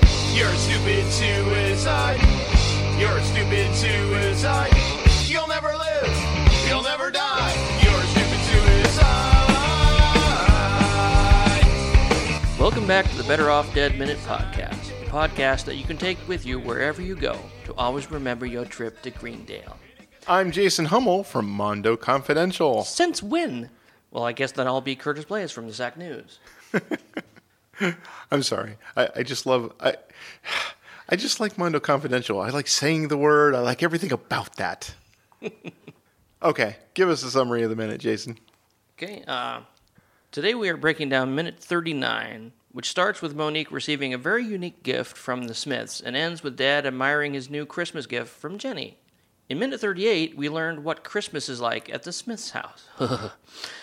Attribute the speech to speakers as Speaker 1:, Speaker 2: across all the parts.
Speaker 1: You're a stupid suicide. You're a stupid suicide. You'll never live. You'll never die. You're a stupid suicide.
Speaker 2: Welcome back to the Better Off Dead Minute Podcast, the podcast that you can take with you wherever you go to always remember your trip to Greendale.
Speaker 3: I'm Jason Hummel from Mondo Confidential.
Speaker 2: Since when? Well, I guess then I'll be Curtis Blaze from the Sac News.
Speaker 3: I'm sorry. I, I just love I I just like Mondo Confidential. I like saying the word. I like everything about that. okay, give us a summary of the minute, Jason.
Speaker 2: Okay, uh, today we are breaking down minute 39, which starts with Monique receiving a very unique gift from the Smiths and ends with Dad admiring his new Christmas gift from Jenny. In minute 38, we learned what Christmas is like at the Smiths' house.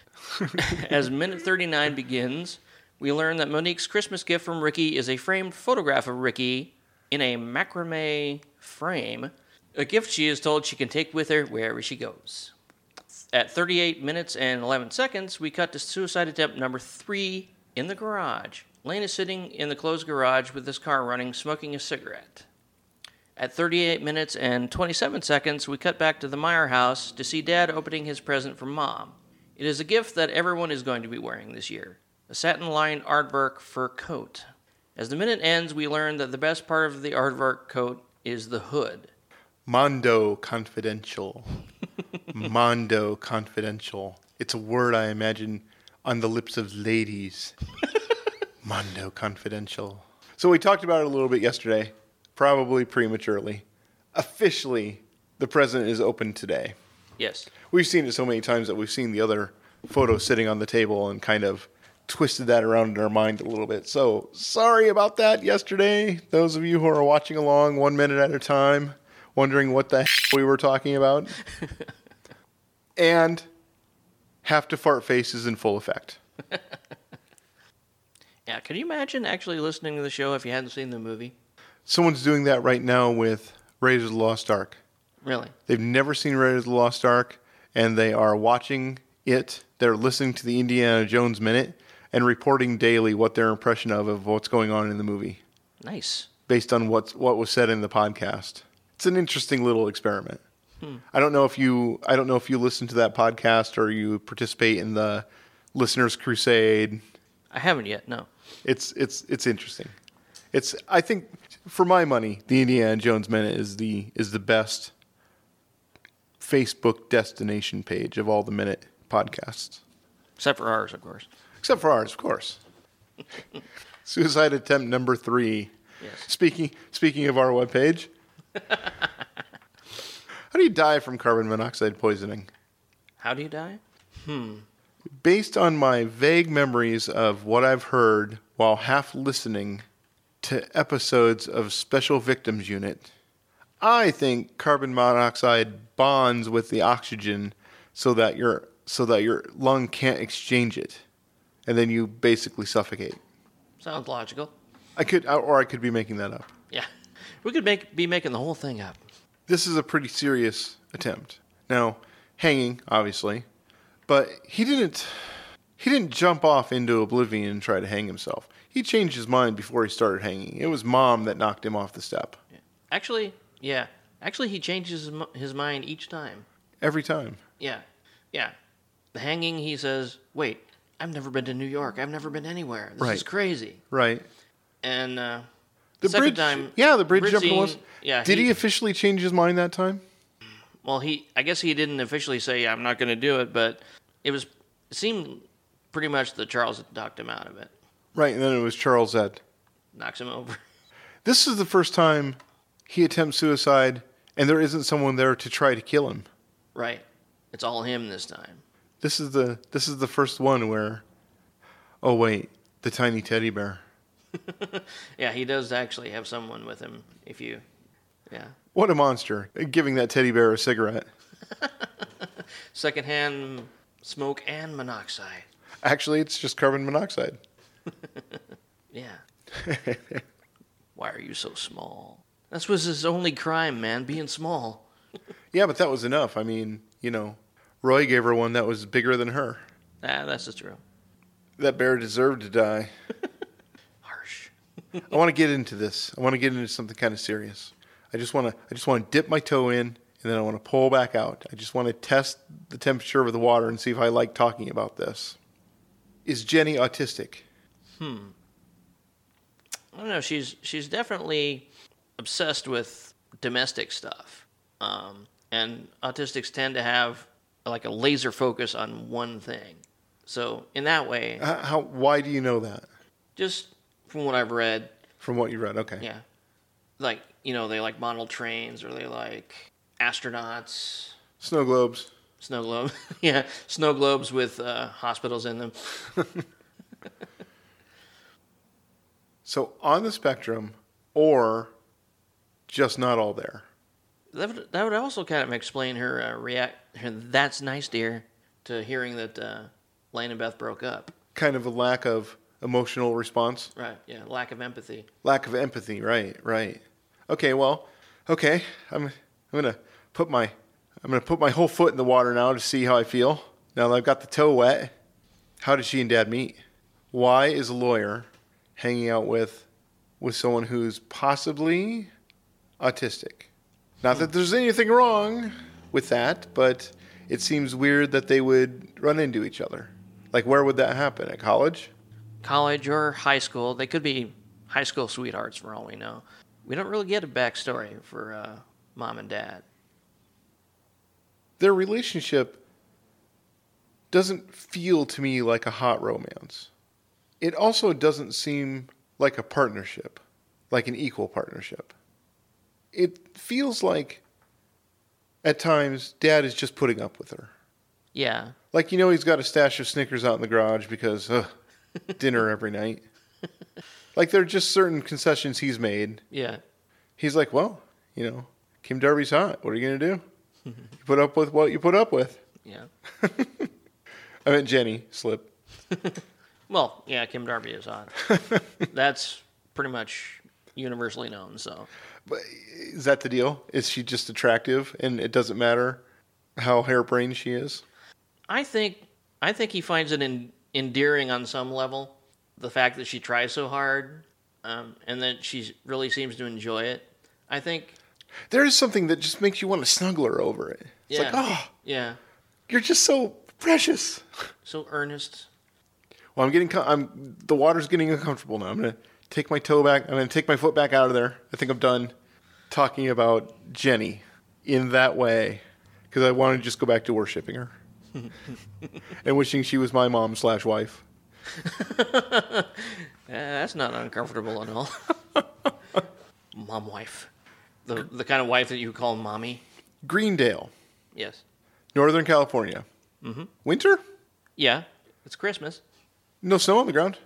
Speaker 2: As minute 39 begins, we learn that Monique's Christmas gift from Ricky is a framed photograph of Ricky in a macrame frame, a gift she is told she can take with her wherever she goes. At 38 minutes and 11 seconds, we cut to suicide attempt number three in the garage. Lane is sitting in the closed garage with his car running, smoking a cigarette. At 38 minutes and 27 seconds, we cut back to the Meyer house to see Dad opening his present from Mom. It is a gift that everyone is going to be wearing this year a satin lined aardvark fur coat. As the minute ends, we learn that the best part of the aardvark coat is the hood.
Speaker 3: Mondo Confidential. Mondo Confidential. It's a word I imagine on the lips of ladies. Mondo Confidential. So we talked about it a little bit yesterday, probably prematurely. Officially, the president is open today.
Speaker 2: Yes.
Speaker 3: We've seen it so many times that we've seen the other photo sitting on the table and kind of twisted that around in our mind a little bit. So sorry about that yesterday. Those of you who are watching along one minute at a time, wondering what the heck we were talking about. and half to fart face is in full effect.
Speaker 2: Yeah, can you imagine actually listening to the show if you hadn't seen the movie?
Speaker 3: Someone's doing that right now with Raiders of the Lost Ark.
Speaker 2: Really?
Speaker 3: They've never seen Raiders of the Lost Ark, and they are watching it. They're listening to the Indiana Jones Minute and reporting daily what their impression of of what's going on in the movie,
Speaker 2: Nice.
Speaker 3: based on what's what was said in the podcast. It's an interesting little experiment. I don't know if you I don't know if you listen to that podcast or you participate in the listeners crusade.
Speaker 2: I haven't yet, no.
Speaker 3: It's it's it's interesting. It's I think for my money, the Indiana Jones Minute is the is the best Facebook destination page of all the minute podcasts.
Speaker 2: Except for ours, of course.
Speaker 3: Except for ours, of course. Suicide attempt number three.
Speaker 2: Yes.
Speaker 3: Speaking speaking of our webpage. how do you die from carbon monoxide poisoning?
Speaker 2: How do you die?
Speaker 3: based on my vague memories of what I've heard while half listening to episodes of Special Victims Unit, I think carbon monoxide bonds with the oxygen so that your so that your lung can't exchange it, and then you basically suffocate.
Speaker 2: Sounds logical.
Speaker 3: I could, or I could be making that up.
Speaker 2: Yeah. We could make be making the whole thing up.
Speaker 3: this is a pretty serious attempt. Now, hanging, obviously, but he didn't he didn't jump off into oblivion and try to hang himself. He changed his mind before he started hanging. It was mom that knocked him off the step
Speaker 2: Actually, yeah. Actually, he changes his mi- his mind each time.
Speaker 3: every time.
Speaker 2: Yeah. Yeah. The hanging, he says, wait, I've never been to New York. I've never been anywhere. This is
Speaker 3: Right.
Speaker 2: crazy.
Speaker 3: Right.
Speaker 2: And uh,
Speaker 3: The
Speaker 2: second
Speaker 3: bridge
Speaker 2: time.
Speaker 3: Yeah, the bridge, jumping
Speaker 2: scene,
Speaker 3: was
Speaker 2: Yeah.
Speaker 3: Did he, officially change his mind that time?
Speaker 2: Well, he. I guess he didn't officially say, I'm not going to do it, but it was. It seemed pretty much that Charles had knocked him out of it.
Speaker 3: Right, and then it was Charles that
Speaker 2: Knocks him over.
Speaker 3: this is the first time he attempts suicide and there isn't someone there to try to kill him.
Speaker 2: right. It's all him this time.
Speaker 3: This is the this is the first one where Oh wait, the tiny teddy bear.
Speaker 2: Yeah, he does actually have someone with him if you. Yeah.
Speaker 3: What a monster. Giving that teddy bear a cigarette.
Speaker 2: Secondhand smoke and monoxide.
Speaker 3: Actually, it's just carbon monoxide.
Speaker 2: Yeah. Why are you so small? That was his only crime, man, being small.
Speaker 3: Yeah, but that was enough. I mean, you know, Roy gave her one that was bigger than her.
Speaker 2: Ah, that's just true.
Speaker 3: That bear deserved to die.
Speaker 2: Harsh.
Speaker 3: I want to get into this. I want to get into something kind of serious. I just want to. I just want to dip my toe in, and then I want to pull back out. I just want to test the temperature of the water and see if I like talking about this. Is Jenny autistic?
Speaker 2: I don't know. She's she's definitely obsessed with domestic stuff, um, and autistics tend to have like a laser focus on one thing. So in that way,
Speaker 3: How, how? Why do you know that?
Speaker 2: just from what I've read,
Speaker 3: From what you read? Okay.
Speaker 2: yeah, like you know they like model trains or they like astronauts,
Speaker 3: Snow globes.
Speaker 2: snow globe, yeah, snow globes with uh, hospitals in them.
Speaker 3: So on the spectrum, or just not all there.
Speaker 2: That would, that would also kind of explain her uh, react. Her, That's nice, dear, to hearing that uh, Lane and Beth broke up.
Speaker 3: Kind of a lack of emotional response.
Speaker 2: Right. Yeah. Lack of empathy.
Speaker 3: lack of empathy right right okay well okay i'm i'm gonna put my i'm gonna put my whole foot in the water now to see how i feel now that i've got the toe wet how did she and dad meet why is a lawyer hanging out with with someone who's possibly autistic not that there's anything wrong with that but it seems weird that they would run into each other like where would that happen at college
Speaker 2: College or high school. They could be high school sweethearts for all we know. We don't really get a backstory for uh, mom and dad.
Speaker 3: their relationship doesn't feel to me like a hot romance. It also doesn't seem like a partnership, like an equal partnership. It feels like at times dad is just putting up with her.
Speaker 2: Yeah.
Speaker 3: Like you know he's got a stash of Snickers out in the garage because ugh, dinner every night. Like there are just certain concessions he's made
Speaker 2: Yeah.
Speaker 3: he's like, well, you know, Kim Darby's hot. What are you gonna do? you put up with what you put up with.
Speaker 2: Yeah.
Speaker 3: I meant Jenny slip.
Speaker 2: Well, yeah. Kim Darby is on. That's pretty much universally known. So
Speaker 3: Is that the deal? Is she just attractive, and it doesn't matter how harebrained she is?
Speaker 2: I think I think he finds it en- endearing on some level, the fact that she tries so hard, um, and that she really seems to enjoy it. I think.
Speaker 3: There is something that just makes you want to snuggle her over it. It's
Speaker 2: Yeah.
Speaker 3: like, oh,
Speaker 2: Yeah.
Speaker 3: you're just so precious.
Speaker 2: So earnest.
Speaker 3: Well, I'm getting, com- I'm the water's getting uncomfortable now. I'm gonna take my toe back. I'm gonna take my foot back out of there. I think I'm done talking about Jenny in that way because I want to just go back to worshiping her and wishing she was my mom slash wife.
Speaker 2: Eh, that's not uncomfortable at all. Mom wife. The the kind of wife that you call mommy.
Speaker 3: Greendale,
Speaker 2: Yes.
Speaker 3: Northern California. Mm-hmm. Winter,
Speaker 2: Yeah. It's Christmas.
Speaker 3: no snow on the ground.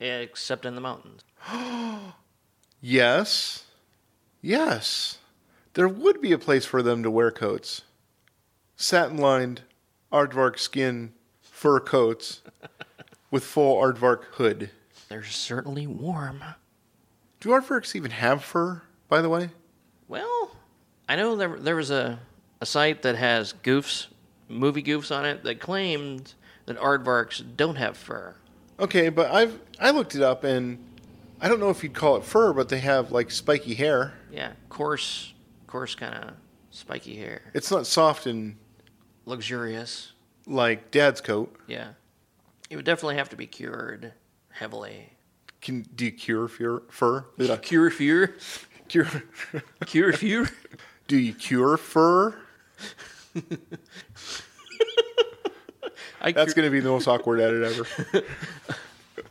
Speaker 2: Except in the mountains.
Speaker 3: Yes, yes, there would be a place for them to wear coats, satin-lined aardvark skin fur coats with full aardvark hood.
Speaker 2: They're certainly warm.
Speaker 3: Do aardvarks even have fur, by the way?
Speaker 2: Well, I know there there was a, a site that has goofs, movie goofs on it that claimed that aardvarks don't have fur.
Speaker 3: Okay, but I've I looked it up and I don't know if you'd call it fur, but they have like spiky hair.
Speaker 2: Yeah, coarse, coarse kind of spiky hair,
Speaker 3: It's not soft and
Speaker 2: luxurious.
Speaker 3: like dad's coat.
Speaker 2: Yeah, it would definitely have to be cured heavily.
Speaker 3: Can do you cure fur? fur? Did I
Speaker 2: Cure fear,
Speaker 3: cure?
Speaker 2: cure fear.
Speaker 3: do you cure fur?
Speaker 2: I
Speaker 3: That's
Speaker 2: cure,
Speaker 3: going to be the most awkward edit ever.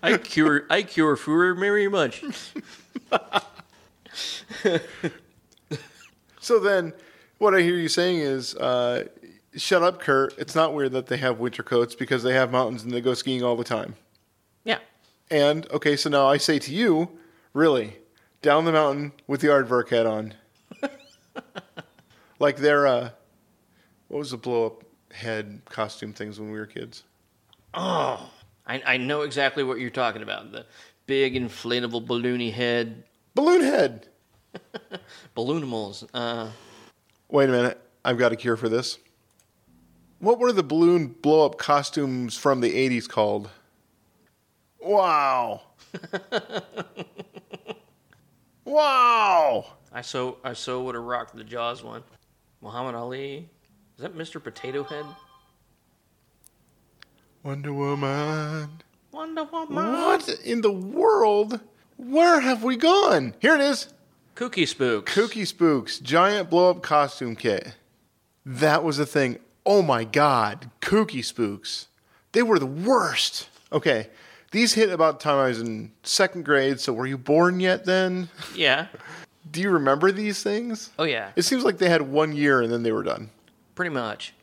Speaker 2: I cure, I cure fear very much.
Speaker 3: So then, what I hear you saying is, uh, shut up, Kurt. It's not weird that they have winter coats because they have mountains and they go skiing all the time.
Speaker 2: Yeah,
Speaker 3: And okay, so now I say to you, really, down the mountain with the aardvark head on, like their uh, what was the blow up head costume things when we were kids?
Speaker 2: I I know exactly what you're talking about. The big inflatable balloony head
Speaker 3: Balloon head.
Speaker 2: balloonimals. Uh,
Speaker 3: Wait a minute, I've got a cure for this. What were the balloon blow up costumes from the '80s called? Wow. Wow!
Speaker 2: I so I so would have rocked the Jaws one. Muhammad Ali. Is that Mr. Potato Head?
Speaker 3: Wonder Woman.
Speaker 2: Wonder Woman.
Speaker 3: What in the world? Where have we gone? Here it is.
Speaker 2: Kooky Spooks.
Speaker 3: Kooky Spooks giant blow up costume kit. That was the thing. Oh my god, Kooky Spooks. They were the worst. Okay, these hit about the time I was in second grade. So were you born yet then?
Speaker 2: Yeah.
Speaker 3: Do you remember these things?
Speaker 2: Oh yeah.
Speaker 3: It seems like they had one year and then they were done.
Speaker 2: Pretty much.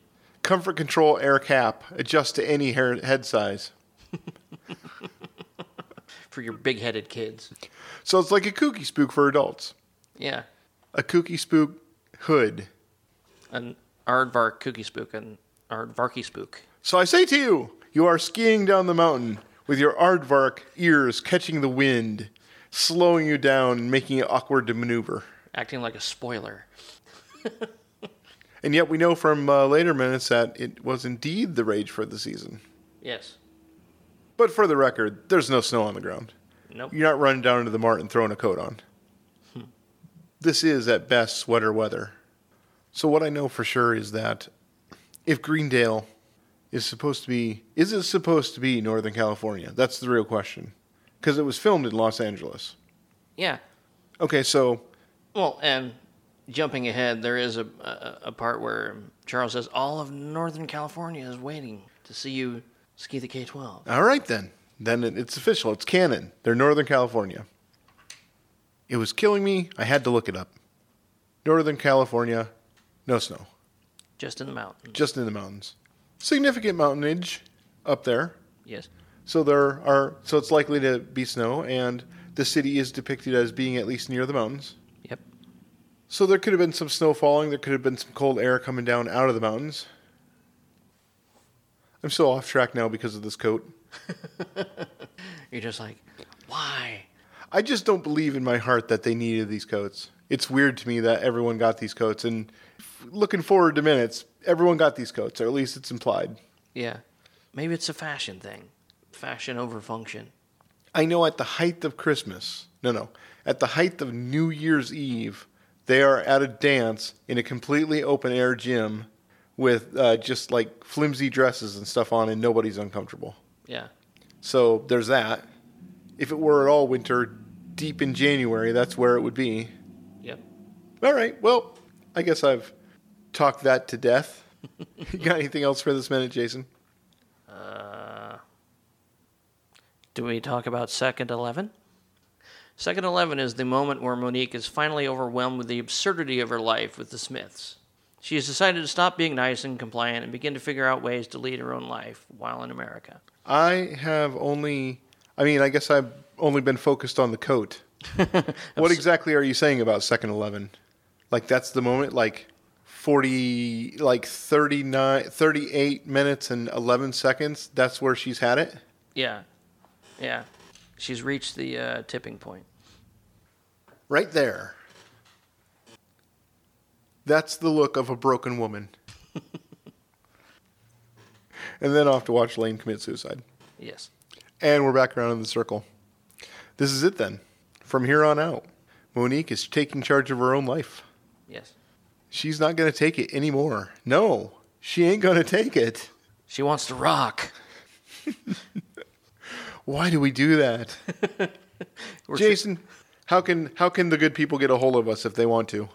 Speaker 3: Comfort control air cap, adjust to any hair, head size.
Speaker 2: For your big-headed kids.
Speaker 3: So it's like a kooky spook for adults.
Speaker 2: Yeah.
Speaker 3: A kooky spook hood.
Speaker 2: An aardvark kooky spook and aardvarky spook.
Speaker 3: So I say to you, you are skiing down the mountain with your aardvark ears catching the wind, slowing you down and making it awkward to maneuver.
Speaker 2: Acting like a spoiler.
Speaker 3: And yet we know from uh, later minutes that it was indeed the rage for the season.
Speaker 2: Yes.
Speaker 3: But for the record, there's no snow on the ground.
Speaker 2: Nope.
Speaker 3: You're not running down into the mart and throwing a coat on. This is at best sweater weather. So what I know for sure is that if Greendale is supposed to be is it supposed to be Northern California? That's the real question. Cuz it was filmed in Los Angeles.
Speaker 2: Yeah.
Speaker 3: Okay, so
Speaker 2: Well, and jumping ahead, there is a, a a part where Charles says all of Northern California is waiting to see you ski the K12.
Speaker 3: all right then. Then it- it's official. It's canon. They're Northern California. It was killing me. I had to look it up. Northern California, no snow.
Speaker 2: Just in the mountains.
Speaker 3: just in the mountains. Significant mountainage up there.
Speaker 2: Yes.
Speaker 3: So there are so it's likely to be snow and the city is depicted as being at least near the mountains.
Speaker 2: Yep.
Speaker 3: So there could have been some snow falling, there could have been some cold air coming down out of the mountains. I'm so off track now because of this coat.
Speaker 2: You're just like, why?
Speaker 3: I just don't believe in my heart that they needed these coats. It's weird to me that everyone got these coats and f- looking forward to minutes, everyone got these coats, or at least it's implied.
Speaker 2: Yeah. Maybe it's a fashion thing. Fashion over function.
Speaker 3: I know at the height of Christmas, no, no, at the height of New Year's Eve, they are at a dance in a completely open air gym with uh, just like flimsy dresses and stuff on, and nobody's uncomfortable.
Speaker 2: Yeah.
Speaker 3: So there's that. If it were at all winter, deep in January, that's where it would be.
Speaker 2: Yep.
Speaker 3: All right, well, I guess I've talked that to death. you got anything else for this minute, Jason?
Speaker 2: Do we talk about Second Eleven? Second Eleven is the moment where Monique is finally overwhelmed with the absurdity of her life with the Smiths. She has decided to stop being nice and compliant and begin to figure out ways to lead her own life while in America.
Speaker 3: I have only, I mean, I guess I've only been focused on the coat. what exactly are you saying about second 11? Like, that's the moment, like 40, like 39, 38 minutes and 11 seconds. That's where she's had it.
Speaker 2: Yeah. Yeah. She's reached the uh, tipping point.
Speaker 3: Right there. That's the look of a broken woman. and then I'll have to watch Lane commit suicide.
Speaker 2: Yes.
Speaker 3: And we're back around in the circle. This is it then. From here on out, Monique is taking charge of her own life.
Speaker 2: Yes.
Speaker 3: She's not going to take it anymore. No, she ain't going to take it.
Speaker 2: She wants to rock.
Speaker 3: Why do we do that?
Speaker 2: We're tr-
Speaker 3: Jason, how can how can the good people get a hold of us if they want to?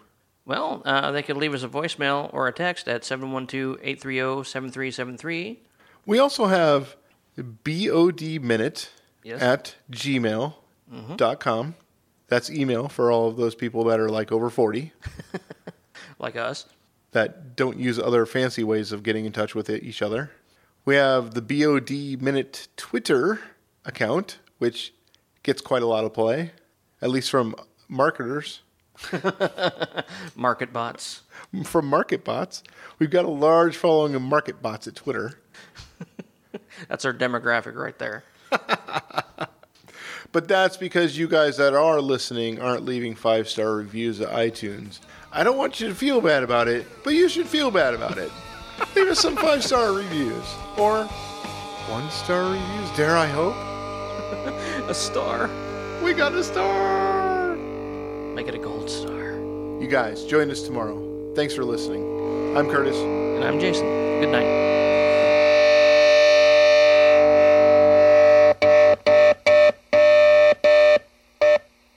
Speaker 2: Well, uh, they could leave us a voicemail or a text at 712 830 7373.
Speaker 3: We also have bodminute
Speaker 2: Yes. Mm-hmm.
Speaker 3: at gmail.com. That's email for all of those people that are like over 40
Speaker 2: like us.
Speaker 3: that don't use other fancy ways of getting in touch with it- each other. We have the BOD Minute Twitter account, which gets quite a lot of play, at least from marketers,
Speaker 2: Market bots.
Speaker 3: from market bots. We've got a large following of market bots at Twitter.
Speaker 2: That's our demographic right there.
Speaker 3: But that's because you guys that are listening aren't leaving five star reviews at iTunes. I don't want you to feel bad about it, but you should feel bad about it. Leave us some five star reviews or one star reviews, dare I hope.
Speaker 2: A star.
Speaker 3: We got a star!
Speaker 2: Make it a gold star.
Speaker 3: You guys, join us tomorrow. Thanks for listening. I'm Curtis.
Speaker 2: And I'm Jason. Good night.